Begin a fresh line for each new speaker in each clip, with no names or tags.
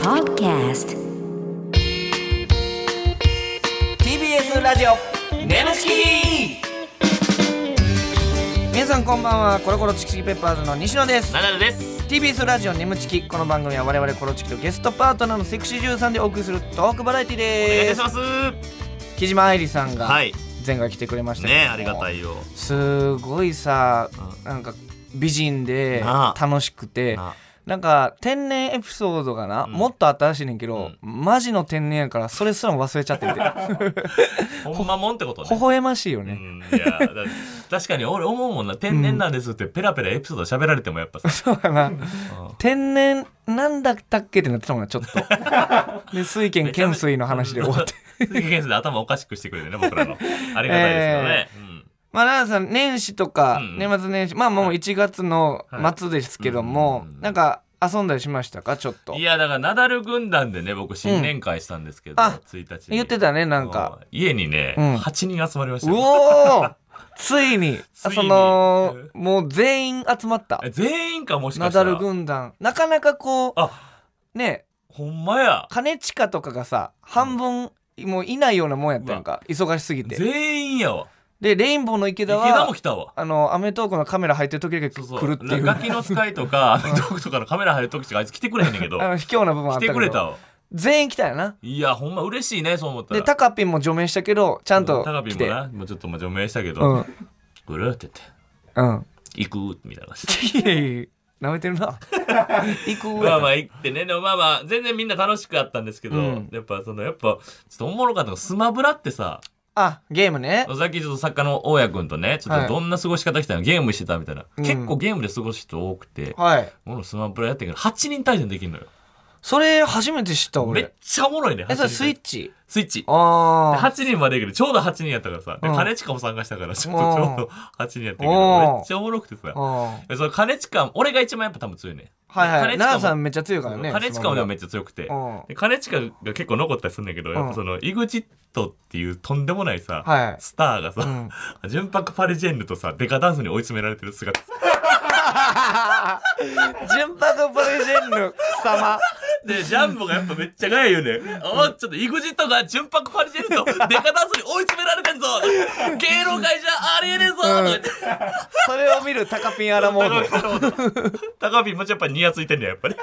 Podcast
TBS ラジオネムチキ皆さんこんばんはコロコロチキチキペッパーズの西野です
ナダルです。
TBS ラジオネムチキこの番組は我々コロチキとゲストパートナーのセクシージューさんでお送りするトークバラエティ
お願いい
で
た
す
します。
木島愛理さんが
はい。
前回来てくれましたけども
ねありがたいよ。
すごいさ
う
なんか美人で
なあ
楽しくて
な
なんか天然エピソードがな、
ん
もっとあったらしいねんけど、マジの天然やからそれすらも忘れちゃってて
ほんまもんってこと
微
ね。
笑ましいよ
う
ね、
ん、いやだ確かに俺思うもんな天然なんですってペラペラエピソード喋られてもやっぱさ
そうかな天然なんだったっけってなってたもんなちょっ とで水拳剣水の話で終わって
水元素で頭おかしくしてくれてね僕らのありがたいですよね、
まあ奈々さん年始とか、
うん
年末年始まあもう1月の末ですけども、
はいうん
なんか遊んだりしましたかちょっと
うんいやだからナダル軍団でね僕新年会したんですけど、
うんあ
1日に
言ってたねなんか
うん家にね、
うん
8人集まりまし
う
たよ
お ーついに
ついに
そのもう全員集まった
え全員かもし
ナ
かし
ダ
たら
ル軍団なかなかこう
あ
ね
ほんまや
兼近とかがさ半分もういないようなもんやったやんか忙しすぎて
全員やわ
でレインボーの池
池
田は
田も来たわ
あの『アメトーーク』のカメラ入ってる時だけ
そう
来
そう
るっていう
ガキの使いとか、ア メトークとかのカメラ入る時とか、あいつ来てくれへんねんけど、
あ
来
の卑怯な部分あったけ
て
ど
くれたわ。
全員来たよない
や、ほんま嬉しいね、そう思ったら。
でタカピンも除名したけどちゃんと
高ピ
来
も
て
な、もうちょっとまあ除名したけど、
うん
ぐるーって
うん
言って、行くみたいな感じで。
いやいやなめてる な行く上
ま
や
あまあ行ってね、でもまあまあ、全然みんな楽しかったんですけど、
うん
やっぱその、やっぱ、ちょっとおもろかったのが、スマブラってさ、
あゲームね
さっきちょっと作家の大家君とね、ちょっ
はい
とどんな過ごし方したの、ゲームしてたみたいな、
うん
結構ゲームで過ごす人多くて、
はい
俺もスマブラやってんけど、8人対戦できるのよ。
それ初めて知った
めっ
俺
ちゃおもろいね。
えそれ
8人
スイッチ
スイッチ。
ああ
8人までやけどちょうど8人やったからさ、で
うん
兼近も参加したからちょっ
うん
とちょうど8人やったけど
うん
めっちゃおもろくてさ
あ
でその兼近俺が一番やっぱ多分強いね
はいはい
で兼近も
奈々さんめっちゃ強いからね
兼近もでもめっちゃ強くて
うん
で兼近が結構残ったりするんだけどやっぱその EXIT っていうとんでもないさ、
はい
スターがさ、
ん
純白パリジェンヌとさデカダンスに追い詰められてる姿
純白プレジェンヌ様
でジャンボがやっぱめっちゃガヤ言うねんおちょっと EXIT が純白パリジェンヌとデカダンスに追い詰めら れてんぞ芸能界じゃありえねえぞ、とか言って
それを見るタカピンアラモード
高ピンもやっぱニヤついてんねややっぱり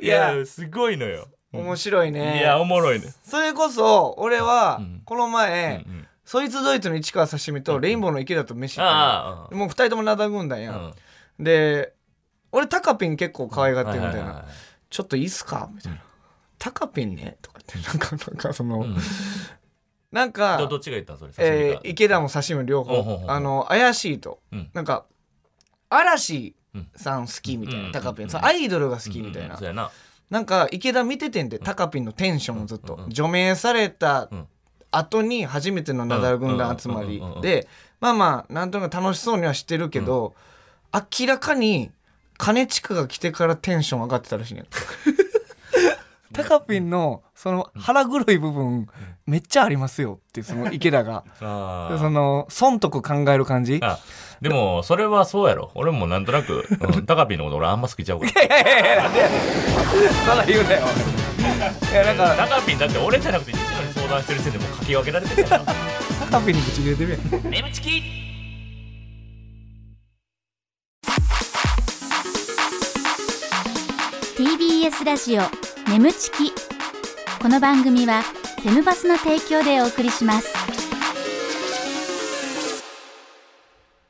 いや
すごいのよ、
面白いね
いやおもろいね
それこそ俺は
ん
この前、
うんうん
そいつドイツの市川刺身とレインボーの池田と飯行った
あ
のもう二人ともナダ軍団や
あ、うんん、、
で俺タカピン結構可愛がってるみたいな「
はいはいはいはい
ちょっといいっすか?」みたいな「タカピンね」とかってなんかなんかその、
ん
なんか
どどっちが言ったんそれ刺身
え
か
ー、池田も刺身両方、
ほうほうほう
あの怪しいと、
うん
なんか嵐さん好きみたいな、
うん
タカピン、
うん
そのアイドルが好きみたいな、
うんうんそうやな
なんか池田見ててんでタカピンのテンションをずっと、
うんうん
除名された
うん
後に初めてのナダル軍団集まり
うんうんうんうん
でまあまあなんとなく楽しそうにはしてるけど、明らかに兼近が来てからテンション上がってたらしい ねタカピンのその腹黒い部分めっちゃありますよっていうその池田が。
あ
で
ー
その損得考える感じいや
あでもそれはそうやろ俺もなんとなく、うん、高ピンのこと俺あんま好きちゃうから
いやいやなんでやねん そんなん言うなよいやなんか
高ピンだって俺じゃなくて西野に相談してる時点でもうかき分けられてるからな
タカピンに口切れてるやん
眠ちき、
TBS ラジオ眠ちきこの番組はテムバスの提供でお送りします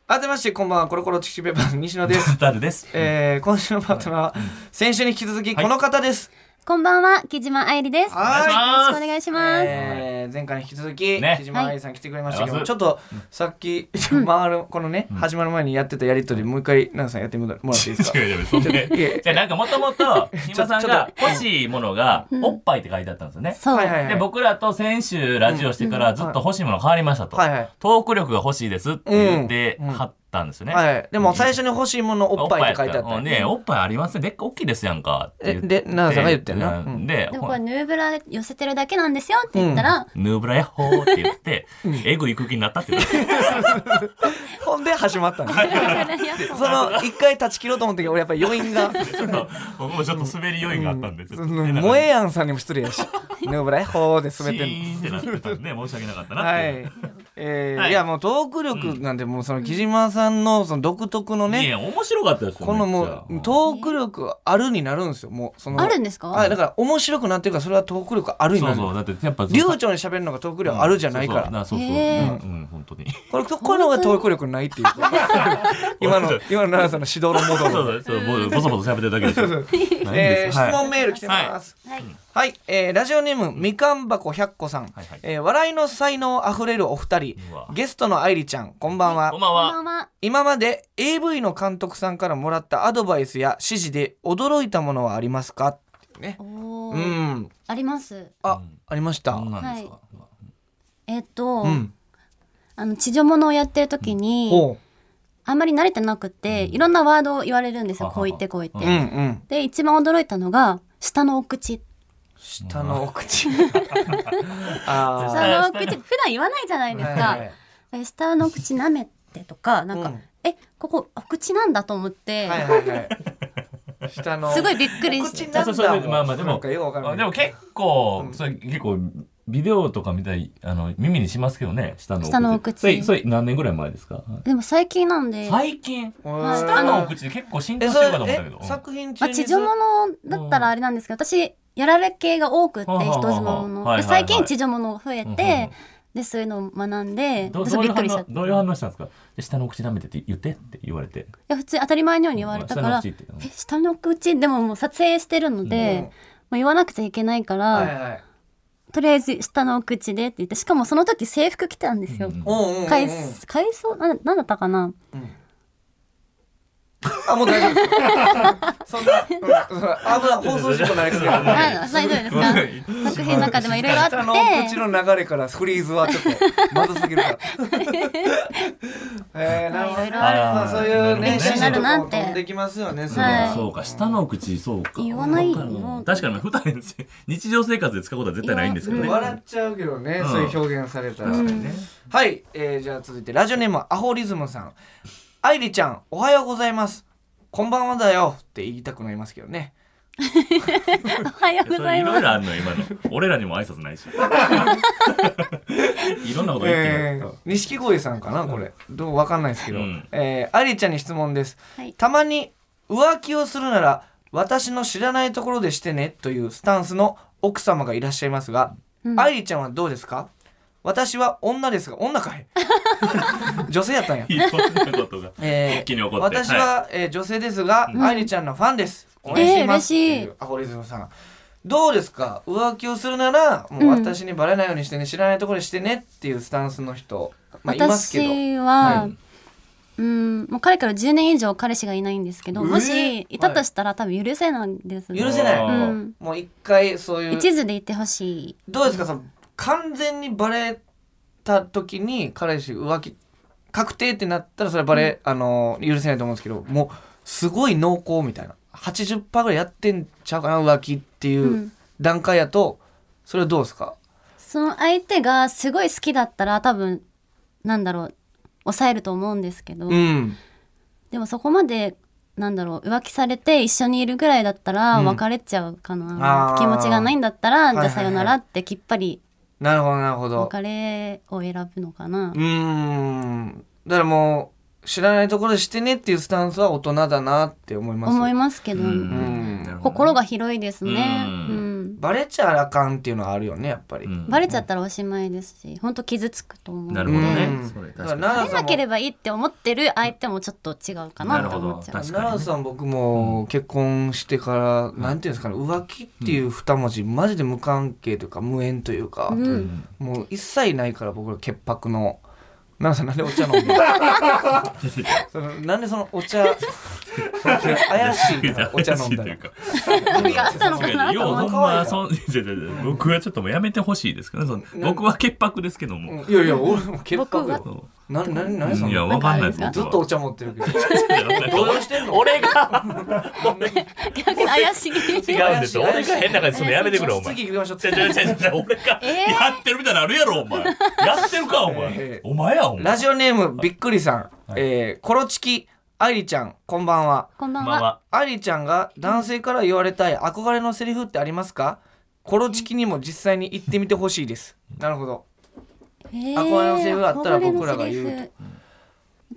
改めましてこんばんはコロコロチキチキペーパーの西野です
ダルです
えー、今週のパートナーは先週に引き続きこの方です、
こんばんは木島愛理ですよろし
はい
くお
ます
願いします、
えー前回に引き続き、
ね
木島愛さん来てくれましたけど、
はい
ちょっとさっき 回るこのね、始まる前にやってたやりとりもう一回奈々さんやってもらっていいですか
違う違うそんなじゃあなんかもともと木島さん
ちょっ
が欲しいものがおっぱいって書いてあったんですよね。
そう、
はいはいはい
で僕らと先週ラジオしてからずっと欲しいもの変わりました と、
はいはい
トーク力が欲しいですって言って貼ったんですよね、
はい、でも最初に欲しいものおっぱいって書いてあった
うんねおっぱいありますねでっか大きいですやんかって言って
えで奈々さんが言ってんな
う
うん
で
でもこれヌーブラで寄せてるだけなんですよって言ったら、
ヌーブラヤッホーって言って、エグい空気になったって言って
ほんで始まったんです
ヌーブラやっ
その一回断ち切ろうと思ったけど俺やっぱり余韻が
ちょっと僕もちょっと滑り余韻があったんで、ちょっ
そ
と
の
ねなんか
萌えやんさんにも失礼やしヌーブライホーで
シ
滑ってんの
ーンってなってたんで申し訳な かったなっ
は
て
い。えー
はい
い、やもうトーク力なんてもうその木島さんのその独特の
ね
ね、
面白かったですよ
このも
め
う
っちゃ
トーク力あるになるんですよもうその
あるんですか
はいだから面白くなってるからそれはトーク力あるにな
そう
る
そうだってやっぱ
流暢に喋るのがトーク力あるじゃないから、
そうそうそうそう
へ
う
ー
んうん本当に
これここういうのがトーク力ないって いう今の今の奈良さんのしどろも
そ
ど
うそ
ろ
うそうぼぼそぼそ喋ってるだけでしょないん
え
で
ー
すよ
質
はい
問メール来てます、
はい
はい、えーラジオネームみかん箱百個さん、
はいはい
えー笑いの才能あふれるお二人
うわ
ゲストの愛理ちゃんこんばんは
こんばん
こ
は
んばんは
今まで AV の監督さんからもらったアドバイスや指示で驚いたものはありますかってね
おお、
うん
あります
あ、ありました
そう
う
なんですか
えっと、
ん
あの地上物をやってる時に、
ほ
あんまり慣れてなくて、いろんなワードを言われるんですよ。
ははは
こう言ってこう言って。
ううんうん
で、一番驚いたのが、下のお口。
下の お口
あ
あ
下のお口、普段言わないじゃない
ー
ですか。
はいはい
え下のお口舐めてとか、なんか、
うん
え、ここお口なんだと思って、
はいはいはい下の
すごいびっくり
お
して
口。な
あそうんそ
だ
うまあまあで
なん
も
かよくわからない
でも結構それ結構ビデオとか見たいあの耳にしますけどね下のお口
下のお口
それそれ何年ぐらい前ですか
でも最近なんで、
最近
うん
下のお口で結構浸透
え
し
そ
て
れ
るかと思ったけど
え作品中
まあ、
に
地上物だったらあれなんですけど、私、やられ系が多くって、
はははは
人妻もの。
はいはいは
で
い
最近地上物増え
うんうんうん
て、で、そういうのを学んで、
ど
そ
ど
う
う
び
いう
っく
反
りしちゃっ
応
た。い
どういう反応したんですかで下のお口舐めてって言ってって言われて
や、普通に当たり前のように言われたから、
下のお口って言って
え下の口でももう撮影してるので、
うん
もう言わなくちゃいけないから、
はいはい
とりあえず下の口でって言ってしかもその時制服着てたんですよ。
うん
おうおうおう
海海藻ななんだったかな
あもう大丈夫ですそんな うんそんな危ない放送事故ないですから
あ大丈夫ですか作品の中でもいろいろあって
下の口の流れからフリーズはちょっとまずす ぎるから。えー、なるほどね。
いろいろある
まあそういうね、
勉強に
なるなっ
指示と
て
かも飛んできますよね。そ
そう
れ
か
はい
そうか下のお口そうか
言わないよ
確かに普段日常生活で使うことは絶対ないんですけどね
笑っちゃうけどね、
うん
そういう表現されたら。
確かにね
はい、えー、じゃあ続いてラジオネームアホリズムさん。愛理ちゃん、おはようございます。こんばんはだよって言いたくなりますけどね。
おはようご
そ
ざ
れい
い
ろ
ま
い
す
ろあんのよ今の俺らにも挨 拶ないしいろんなこと言って
え
る
ー、錦鯉さんかなこれどうわかんないですけど、
うん
えー、アリちゃんに質問です、
はい
たまに浮気をするなら私の知らないところでしてねというスタンスの奥様がいらっしゃいますが、
うん
アリちゃんはどうですか私は女ですが 女かい女性やったんや
いろんなことが
え
一気に怒って
私は、えー女性ですが、愛理ちゃんのファンです。応援していますって
えー嬉しい
いうアホリズムさん。どうですか浮気をするならもう私にバレないようにしてね、知らないところでしてねっていうスタンスの人、まあ、いますけど
私は、
はい
うんもう彼から10年以上彼氏がいないんですけど、
えー
もしいたとしたら、多分許せないんですね
許せない
うん、
もう一回そういう
一途でいてほしい
どうですかその完全にバレた時に彼氏浮気確定ってなったらそれはバレ、あの許せないと思うんですけどもうすごい濃厚みたいな80%ぐらいやってんちゃうかな浮気っていううん段階やと、それはどうですか
その相手がすごい好きだったら多分なんだろう抑えると思うんですけど、
うん
でもそこまでなんだろう浮気されて一緒にいるぐらいだったら
うん
別れちゃうか
あ
な、
ー
気持ちがないんだったら
い
じ
は
ゃ
いは
あ
い
さよならってきっぱり
なるほどなるほど
別れを選ぶのかな
う、ーんだからもう知らないところでしてねっていうスタンスは大人だなって思います
思いますけど、
うん
うん
心が広いですね、
う
うんん
バレちゃあかんっていうのはあるよねやっぱり、
うん
バレちゃったらおしまいですし本当傷つくと思う
な
バ
るほどね
うん
それ確
だか
かに
ら奈
レ
良さ
なんけれ
も
ばいいって思ってる相手もちょっと違うかなって思っちゃう
確かにね
奈良さん僕も結婚してから、なんていうんですかね浮気っていう二文字、マジで無関係というか無縁というか、
うん
もう一切ないから僕ら潔白の奈良さんなんでお茶 飲んでるそのなんでそのお茶怪しいなお茶飲んだ
とい
ら
うか
何かあったのかなと
よう
思
ほ
っ
ん
て
まそんいやいやいや僕はちょっともうやめてほしいですけどねその僕は潔白ですけども、
うんいやいや俺も潔白よ
僕
そ
ななな
う
何そ
いや
の
わかんないです
なん
ずっとお茶持って るけど
動
揺してんの
俺が
逆に怪しい
違うんですよ俺が変な感じするのやめてくれお前
次行きましょう
じゃじゃじゃじゃ俺が
え
やってるみたいなのあるやろお前やってるかお前
ええ
お前やお前
ラジオネームびっくりさん、えー、コロチキ愛理ちゃんこんばんは
こんば
こ
ん
んば
は
んは
愛理ちゃんが男性から言われたい憧れのセリフってありますかコロチキにも実際に言ってみてほしいですなるほど
えー
憧れのセリフがあったら
憧れの
僕らが言うと
セリフ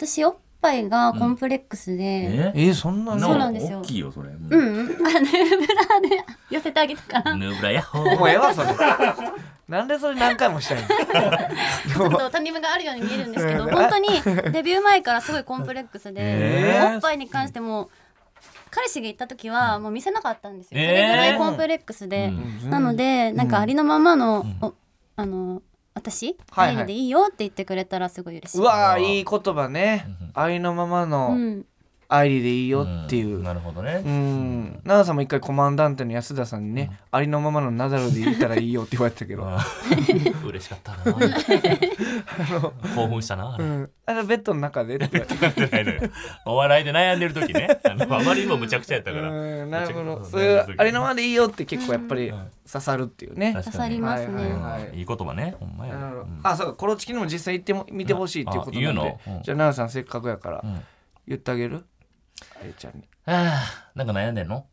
私おっぱいがコンプレックスで
え
えー、そんな
そう
の
なんですよ
大きいよそれ
う
うん
うんあのブラで寄せてあげたから
ヌーブラヤッホー
もうええわそれなんでそれ何回もしたい
ちょっとタニムがあるように見えるんですけど本当にデビュー前からすごいコンプレックスで、
えー
おっぱいに関しても彼氏が行った時はもう見せなかったんですよ、
えー
それぐらいコンプレックスで、
うん
なのでなんかありのままの、おあの私
は
愛
いはい
理でいいよって言ってくれたらすごい嬉しい、
のうわーいい言葉ね愛のまま
う
の
ん
愛理でいいよっていう、
んなるほど
う
ね
ん、奈良さんも一回コマンダンテの安田さんにね、ありのままのナダルで言ったらいいよって言われてたけど、
あー嬉しかったな 興奮したなあ
う
れ
ん、あれベッドの中でって言われて
ないのよ お笑いで悩んでる時ねあのあまりにもむちゃくちゃやったから
うんなるほど
めちゃくちゃ
そういうありのままでいいよって結構やっぱり
ん
刺さるっていうね、
確
刺
か
さり
に
ますね、
はいはい
うんいい言葉ねほんまや
なるほど
うん
あそうかコロチキにも実際行っても見てほしいっていうことなんで
あ言うのうん
じゃあ奈良さんせっかくやから、
ん
言ってあげるあれちゃんに
あーなんか悩んでんの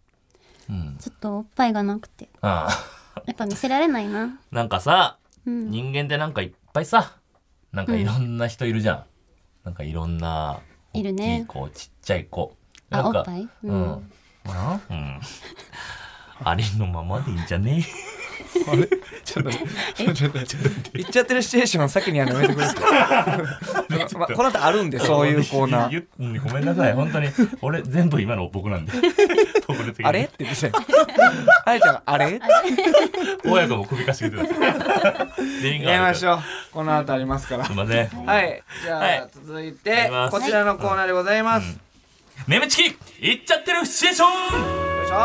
うん
ちょっとおっぱいがなくて
ああ
やっぱ見せられないな
なんかさ、
うん
人間ってなんかいっぱいさなんかいろんな人いるじゃん、なんかいろんない
るね
大きい子ちっちゃい子
あ
なんか
おっぱい
うん、
う
うんん うん、ありのままでいいんじゃね
ちょっと言っちゃってるシチュエーション先にやるのやめてくれって まあこの後あるんで
え
そういうコーナー
ゆうんごめんなさい本当に俺全部今の僕なんで 僕の次に
あれって言 ってたよあれちゃんがあれ
親子も首かし げてた全員が
やりまし
う
ょうこの後ありますから
すいません
はいじゃあ、
はい
続い
や
て
ります
こちらのコーナーでございます、よ
眠ちきいっちゃってるシチュエーション
いしょー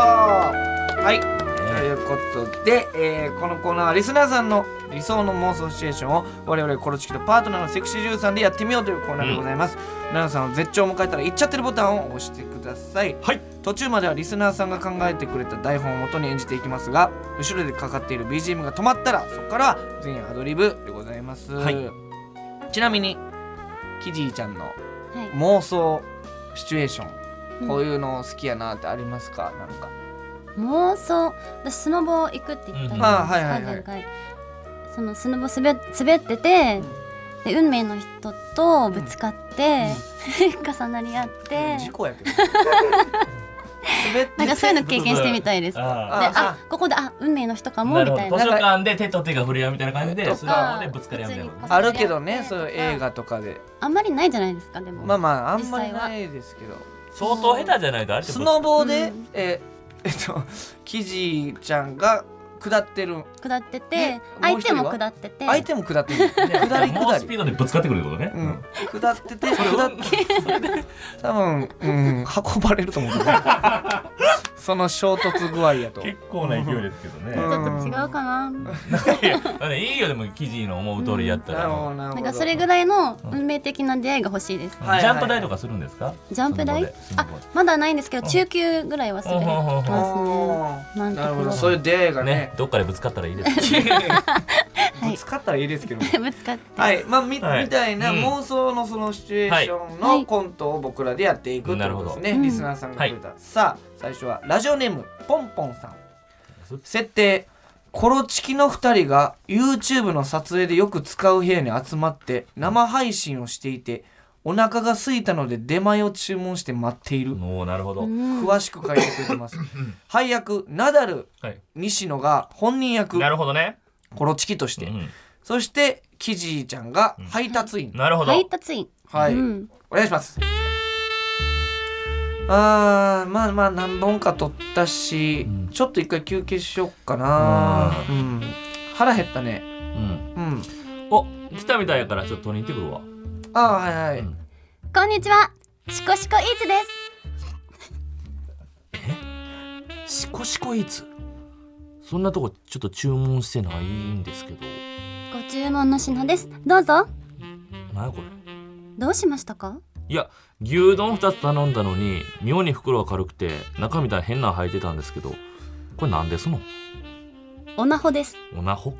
はいということで、えーこのコーナーはリスナーさんの理想の妄想シチュエーションを我々コロチキとパートナーのセクシージューさんでやってみようというコーナーでございます、奈良さんの絶頂を迎えたら行っちゃってるボタンを押してください
はい
途中まではリスナーさんが考えてくれた台本を元に演じていきますが後ろでかかっている BGM が止まったらそこからは全員アドリブでございます、
はい
ちなみにキジーちゃんの
はい
妄想シチュエーション、
うん
こういうの好きやなってありますかなんか
妄想私スノボ行くって言った
うん
じゃ
あはい
な
は
いい
はい
ですか前回そのスノボ滑滑っててで運命の人とぶつかって、 重なり合って
事故やけど滑ってて
なんかそういうの経験してみたいですで
あ
あ
あここであ運命の人か
ー
も
な
み
るほ
たい
ど
な
図書館で手と手が触れ合うみたいな感じ
と
で
か
スマホでぶつかり合うみたいなこと
あるけどねそういう映画とかで
あんまりないじゃないですかでも、
まあまああんまりないですけど
相当下手じゃないとあれって
スノボーで、
うん
ええっとキジーちゃんが下ってる
下ってて
ねもう
相
一
手
人は
も下ってて
相手も下ってる
ぶつか
下り
も
下
うスピ
り
ードでぶつかってくるってことね
うん、下ってて下って 多分、うん、運ばれると思うけどその衝突具合やと
結構な勢いですけどね
ち
う
ょっと違うかな、
いやだからいいよでも記事の思う通りやった
な
ら
るほどなるほど
なんかそれぐらいの運命的な出会いが欲しいです、
はいはい
ジャンプ台とかするんですか
ジャンプ台
スノ
あ
ボでスノボで
まだないんですけど中級ぐらいはする
あー
なんとか
なるほどそういう出会いが
ね
ね
どっかでぶつかったらいいです
い
ぶつかったらいいですけども
ぶつかって
はいまあみ,、
はい
みたいな
うん
妄想のそのシチュエーション
は
の
い
コントを僕らでやっていくってことですね、
なるほど
リスナーさんがくれた、さあ最初はラジオネームポンポンさん設定コロチキの2人が YouTube の撮影でよく使う部屋に集まって生配信をしていてお腹が空いたので出前を注文して待っている、
もうなるほど、
詳しく書いてくれて ます配役ナダル
はい
西野が本人役
なるほどね、
コロチキとして、
うん、
そしてキジちゃんが配達員、
なるほど、
配達員
はい、
うん
お願いしますあーまあまあ何本か取ったし、
うん
ちょっと一回休憩しよっかなうん腹減ったね
う
う
ん、
ん
お来たみたいやからちょっと取りに行ってくるわ
ああはいはい、
うん
こんにちはシコシコイーツです
シコシコイーツそんなとこちょっと注文してないんですけど
ご注文の品ですどうぞ
何やこれ
どうしましたか
いや牛丼2つ頼んだのに妙に袋が軽くて中みたいな変なの入ってたんですけどこれ何ですの
オナホです
おなほ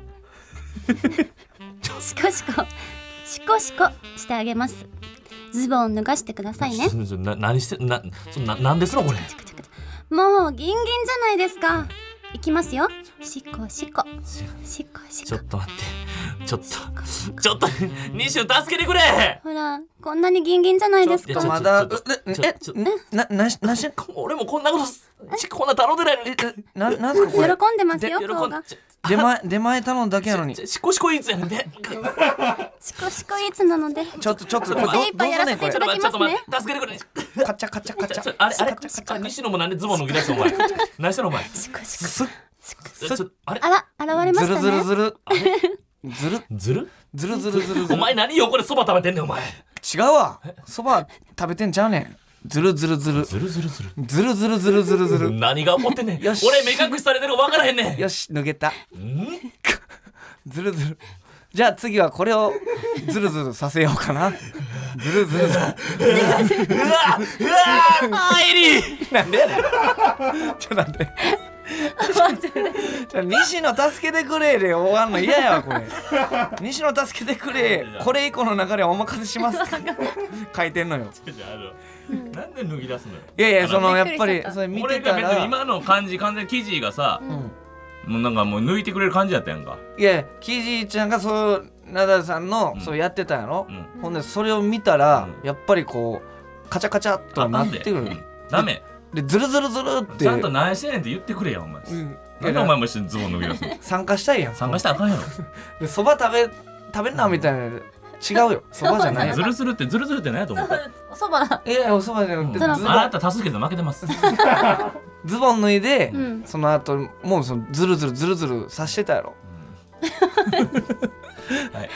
シコシコシコシコしてあげますズボン脱がしてくださいね
ちょちょな何してなそな何ですのこれ
チクチクチクもうギンギンじゃないですかいきますよシコシコシコシ
ちょ
コ
っと待ってちょっとちょっと 西野助けてくれ
ほらこんなにギンギンじゃないです
ちょっと
か
まだ
ちょっと
え
ちょちょ
ええななしなし
俺もこんなことすちこんな頼んでないのに
ななんすか
喜
これ
んでますよ
喜ん
顔が
ちょ
出前出前頼んだだけなのに
ちょシコシコイーツやねんで
シコシコイーツなので
ちょっとちょっとこれど
精一杯やらせていただき
ちょ
ま
っと
す
待
ね
って助けてくれ
どカチャカチャカチ
ちょ
ャ
あれあれ西野もなんでズボン脱ぎ出したお 前何してんのお前
シコシコ
すっ
ちょっとあれ
あら現れま
ず
し
る
た
ずる
ね
ずる
あれ
ずる
ずる
ずるずるずるずる
お前何横でそば食べてんねんお前
違うわそば食べてんちゃうねんずるずるずる
ずるずるずる
ずるずるずるずるずる
何が起こってんねん
よし
俺目隠しされてるの分からへんね ん
よし抜けた
ん
ずるずるじゃあ次はこれをずるずるさせようかなずるずるずる
うわうわあエリー
ちょっと待 ってじゃあ西野助けてくれで終わんの嫌やわこれ西野助けてくれこれ以降の流れはお任せします 書いてんのよ
なんで脱ぎ出すのよ
いやいやそのや
び
っ
っくりしち
ぱ
ゃった
りそれ見
俺
て
が
た
別に
ら
今の感じ完全に記事がさ
うん
もうなんかもう抜いてくれる感じやったやんか
いやキジちゃんがそうナダルさんの、
うん
そうやってたんやろ、
うん
ほんでそれを見たら、
う
やっぱりこうカチャカチャっとなってくるの
ダメ
でズルズルズルって
ちゃんと何してんねんって言ってくれよお前
うん
なんでお前も一緒にズボン脱ぎ出すの
参加したいやん
参加したらあかんやろ
でそば食べ食べんなみたいな違うよそばじゃ ないよ
ズルするってズルするって何やと思った
おそばだ
いやいやおそばじゃなくて、
うん
ズ
あ
ボ
な
ン
た多数決で負けてます
ズボン脱いで、
うん
その後もうそのズルズルズルズルさしてたやろ
はい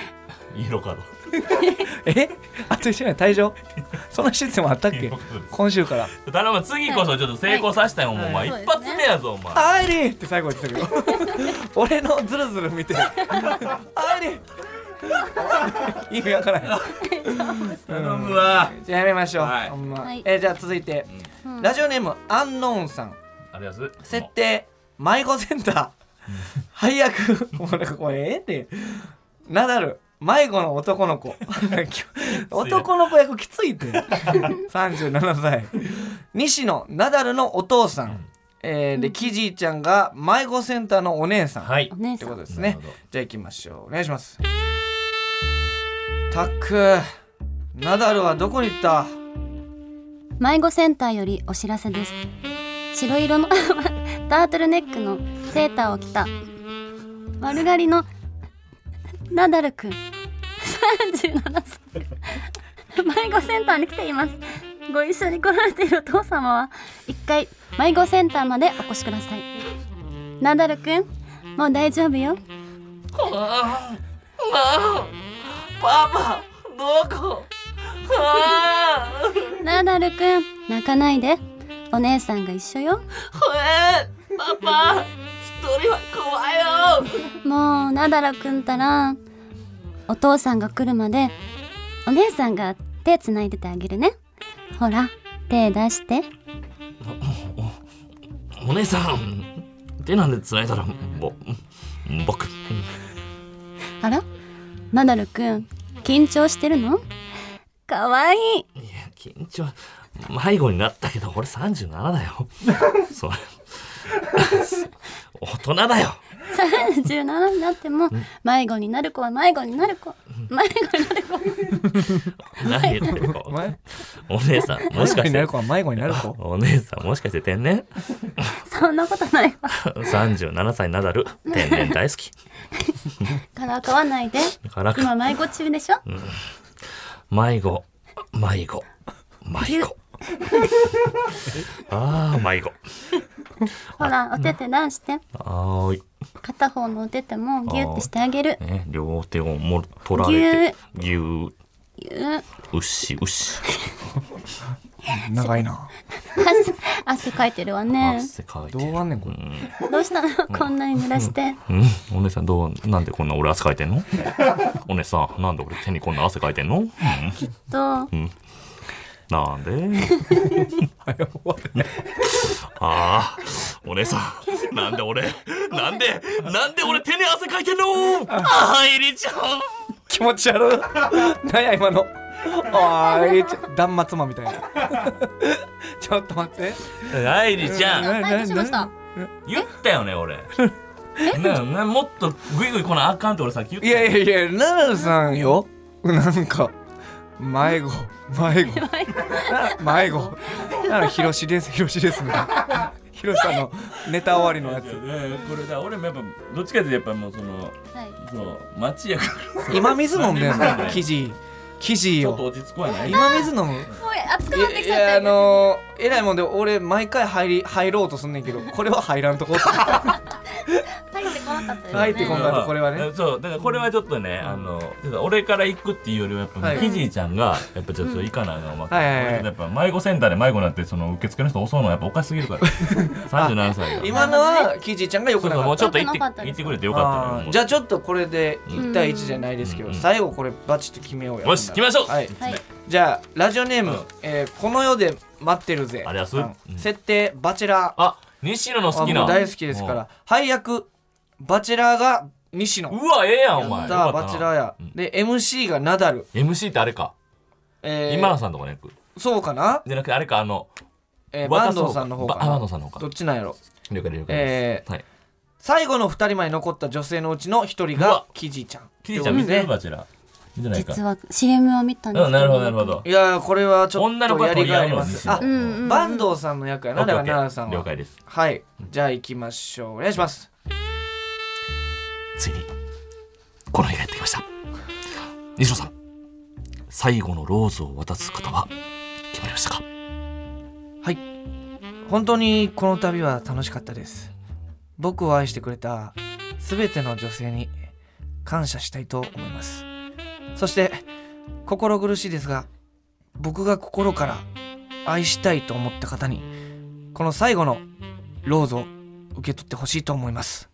イエローカード
えあと一緒や退場そんなシステムあったっ
イエ
け
ローカードです
今週から
頼む次こそちょっと成功させたいもんお前
はい
一発目やぞお前
アイリーって最後言ってたけど俺のズルズル見てアイリー意味わからない
頼むわ
じゃあやめましょう、
はい
ほんま
はい
えーじゃあ続いて、
うん
ラジオネームアンノーンさん
ありがとうございます
設定迷子センター配役もうなんかこれええってナダル迷子の男の 子男の子役きついって37歳西野ナダルのお父さん、えーでキジーちゃんが迷子センターのお姉さん、
はい
お姉
って
さ
こと
ん
ですね
なるほど。
じゃあ行きましょう。お願いします。たっく、ナダルはどこに行った？
迷子センターよりお知らせです白色の タートルネックのセーターを着た丸刈りのナダルくん37歳迷子センターに来ていますご一緒に来られているお父様は一回迷子センターまでお越しくださいナダルくんもう大丈夫よ
ああパパどこあ
ナダルくん泣かないでお姉さんが一緒よ
あパパ一人は怖いよ
もうナダルくんたらお父さんが来るまでお姉さんが手つないでてあげるねほら手出して
お姉さん手なんで繋いだらぼ僕
あらナダルくん緊張してるのかわいい
いや緊張迷子になったけど俺37だよそれ 大人だよ
37になっても迷子になる子は迷子になる子迷子になる子
何言ってる子
前
お姉さんも
迷
し
子
か
になる
して
子は迷子になる 子
お姉さんもしかして天然
そんなことないわ
?37 歳ナダル天然大好き
からかわないで
からか
今迷子中でしょ
迷子迷子迷子ああ迷子
ほらお手手出して
あーい、
片方のお手手もギュってしてあげる
ね、両手をも取られてぎゅー
ギュー
うっしうっし
長いな
汗 汗かいてるわね
汗かいて
ど
る
うあんねんこれ
どうしたのこんなに濡らして
うん、お姉さんどうなんでこんな俺汗かいてんのお姉さんなんで俺手にこんな汗かいてんの、うん
と
なんでああお姉さんなんで俺なんでなんで俺手に汗かいてんのあいりちゃん
気持ち悪い何や今のああえちょ断末魔みたい なちょっと待って
あいりちゃん
え
はいどうしました
言ったよね俺ななもっとグイグイこなあかんって俺さっき言った
いやいやいや奈良さんよなんか迷子迷 子迷子なら広しです広しですみたいな広しさんのネタ終わりのや
いや
つ
ねこれだ俺もやっぱどっちかっていうとやっぱもうその
はい
その町やから
今水飲んでん
今水飲んで
の
ん
生地生地
ちょっと
よ
落ち着こうやない
今水飲む
もう熱く
い
なって
や
き
い
ちゃった
やあのー、えらいもんで俺毎回入り入ろうとすんねんけどこれは入らんとこ
入ってこなかったですね
入ってこんかったこれはね
そうだからこれはちょっとね、あのちょっと俺から行くっていうよりはやっぱ、
はい
キジちゃんがやっぱちょっと行かないのおまけ、
はいはいはい
俺ちょっとやっぱ迷子センターで迷子になってその受付の人襲うのはやっぱおかしすぎるから37歳が
今のは生地ちゃんがよ
そ
く
う
な
そう
か
も
っ
うちょ
た
っと行って
よくなかったです
行ってくれてよかったの
あ
よも
ー
う
じゃあちょっとこれで1対
うん
1じゃないですけ
う
ど
ん
最後これバチッと決めようや
よし行きましょう
はい
はい
じゃあラジオネーム、
うん
えーこの世で待ってるぜ
ありがとう
さん設定バチェラー
あ西野の好き
あも
な
う大好きですから配役バチェラーが西野
うんうわええやんお前
やった
よかっ
バ
た
チェ
な
ラーや、
うん
で MC がナダル、
MC ってあれか、
えー
今野さんとかね
そうかな、
じゃなくてあれかあの
えー、
渡
バ
す
ンドさんの方か
ばあ坂
な
東さんの方
ど
か
っちなんやろ
了解了解です、
えー
はい
最後の2人まで残った女性のうちの1人
う
が
わ
キジちゃん
キジちゃん見
ってて
る
こと
バチェラ見てないか
実は CM を見たんです
うんなるほどなるほど
でいやーこれはちょっ
女の子
と
は
やりがいありま
取
す
り合
あ
う
う
の
ん
に
うん
坂東さんの役やなだから奈々さん
了
は
解です
はいじゃあ行きましょうお願いします
ついにこの日がやってきました西野さん最後のローズを渡す方は決まりましたか
はい本当にこの旅は楽しかったです僕を愛してくれた全ての女性に感謝したいと思いますそして心苦しいですが僕が心から愛したいと思った方にこの最後のローズを受け取ってほしいと思います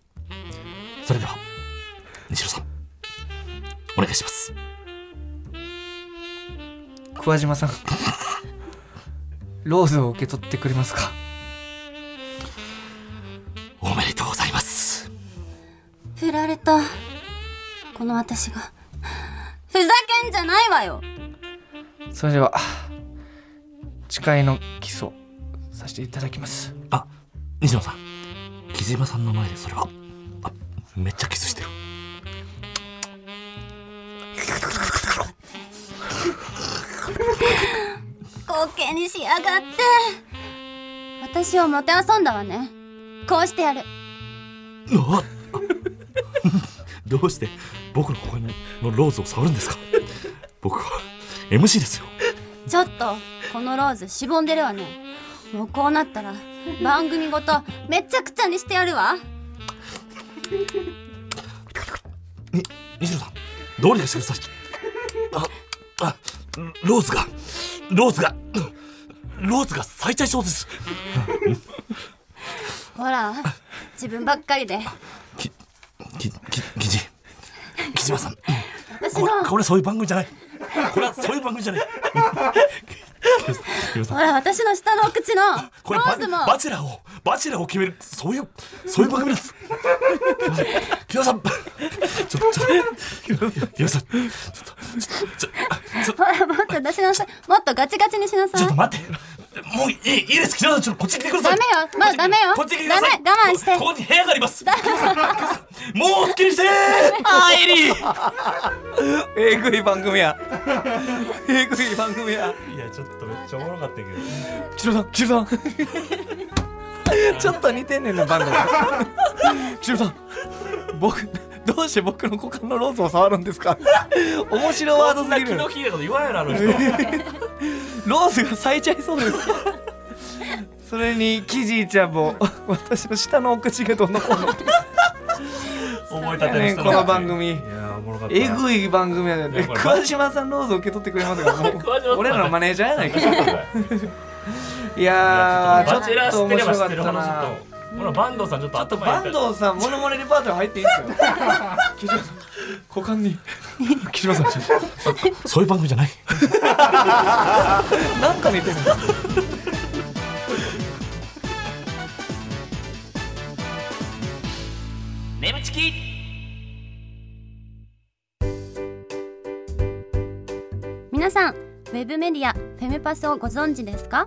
それでは西野さんお願いします
桑島さんローズを受け取ってくれますか
おめでとうございます
振られたこの私がふざけんじゃないわよ
それでは誓いのキスをさせていただきます
あ西野さん木島さんの前でそれはあめっちゃキスしてる
光景にしやがって私をもてあそんだわねこうしてやる
あ どうして僕のここにのローズを触るんですか僕は MC ですよ
ちょっとこのローズしぼんでるわねもうこうなったら番組ごとめちゃくちゃにしてやるわ
に西野さんどうにかしてくださいああローズがローズがローズが最大賞です
ほら自分ばっかりで
ききききじ木島さん
私
こ
の
れこれそういう番組じゃないこれはそういう番組じゃない木島さ
ほ
ん
ら私の下のお口の
こ
ロ
れバ
ーズも
バチェラーをバチェラーを決めるそういうそういう番組なんです木島さんちょっとちょっと木島さんちょっとちょっとちょっ
ほ
と
らもっと出しなさいもっとガチガチにしなさ
ちょ
い
っと待って。もういい、いいです。木村さん、ちょっとこっち来てください。
ダメよまだダメよ
こっち来てください。
ダメ我慢して
ここここに部屋があります。木村さん木村さんもう好きにしてあエリー
えぐい番 組やえぐい番組や
いやちょっとめっちゃおもろかったけど
岸田さん岸田 さんちょっと似てんねんなバンドが岸田さん僕どうして僕の股間のローズを触るんですか面白ワードすぎ
そん
る
な気の利いたこと言わんやろあの人
ローズが咲いちゃいそうですそれにキジイちゃんも私の下のお口がどんなこうの
思い立て
ねこの番組
いやーおもろかった
えぐい番組やで、
いやこれ
桑島さんローズ受け取ってくれますからもう
桑島さん
俺らのマネージャーやないか
い
いや
バ
ー
チ
ち
ェ
ょ
ラ
っと
ー知って
面
れば
白
知
か
っ
って
る
た
話
な
とほらバンドさんちょっと
ちょっと
頭
坂
いい
東さんモノマネレパートリー入っていいですよ。 木島さん股間 に木島さんちょっ
そういう番組じゃない
となんか似てる。
眠ちき
皆さんウェブメディアフェムパスをご存知ですか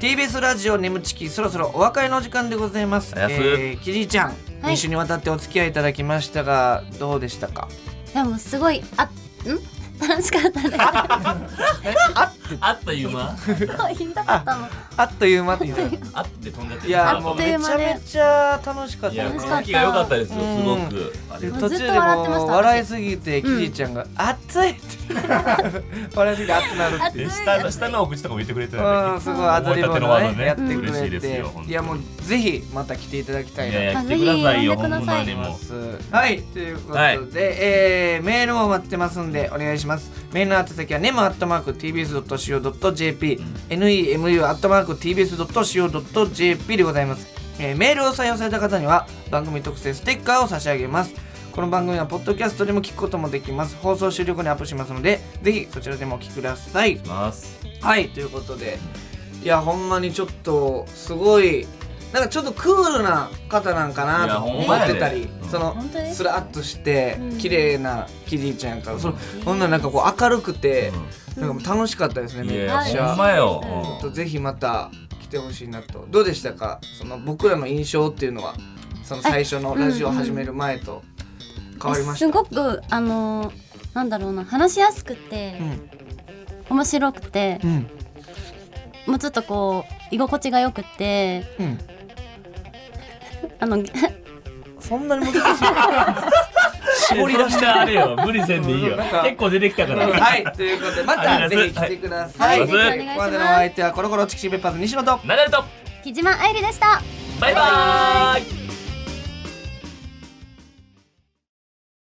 TBS ラジオ眠ちきそろそろお別れの時間でございます。
あやす
えーキリちゃん、
はい
一緒にわたってお付き合いいただきましたがどうでしたか。
でもすごいあん楽しかったです
あっという間
言いたかったもん
あっという間っていう。
あって飛んじゃって
いや
あっ
もう
と
め
いう
ち
間
ゃ
で
めちゃ楽しかっ
い
た
や
で
楽
こ
しかった
す。
の気が良かったですよすご
うん
くありがとう
途中でもう笑いすぎてキリちゃんが熱 いって笑いすぎて熱なるっていう。
熱い
え下の下のお口とかも言ってくれてた
う
ね
ん、すごいアドリブをねやってく
嬉しい
れ
です
て
よ本当に
いやもうぜひまた来ていただきたい
い
なと
やいや
あ
来てくださいよ
ぜ
ほ
ひ
ん
呼んでください
ま
思
に
いま
も
すはいということで、
はい
えーメールも待ってますんでお願いしますメールの宛先は nemu.tbs.co.jp、nemu.tbs.co.jp でございます、えーメールを採用された方には番組特製ステッカーを差し上げますこの番組はポッドキャストでも聞くこともできます放送終了後にアップしますのでぜひそちらでもお聞きください
ます
はいということでいやほんまにちょっとすごいなんかちょっとクールな方なんか
い
な
や
と
ほ
思
んま
っ
やで
てたり
うん
その
本当です
スラッとして
うん
綺麗なキリーちゃんやからそのほんならなんかこう明るくてなんか楽しかったですね
い
めっ
や
ち
ほん
ゃ
まよ
うん
ちょっとぜひまた来てほしいなとどうでしたかその僕らの印象っていうのはその最初のラジオ始める前と変わりました
すごくあのーなんだろうな話しやすくて、
うん
面白くて
う、ん
もうちょっとこう居心地が良くて
うん
あの
そんなに難しい絞り出し
したたあれよ無理せんでいい
うん
よ
なんか
結構出てきたから
はい、ということで、ま
あ
たぜ
りがとう
ひ来てください。
はい
はい
ぜひお願いします
ここまでのお相手はコロコロチキシペッパーズ西野と。
ナダルと
木島愛理でした
バイバーイ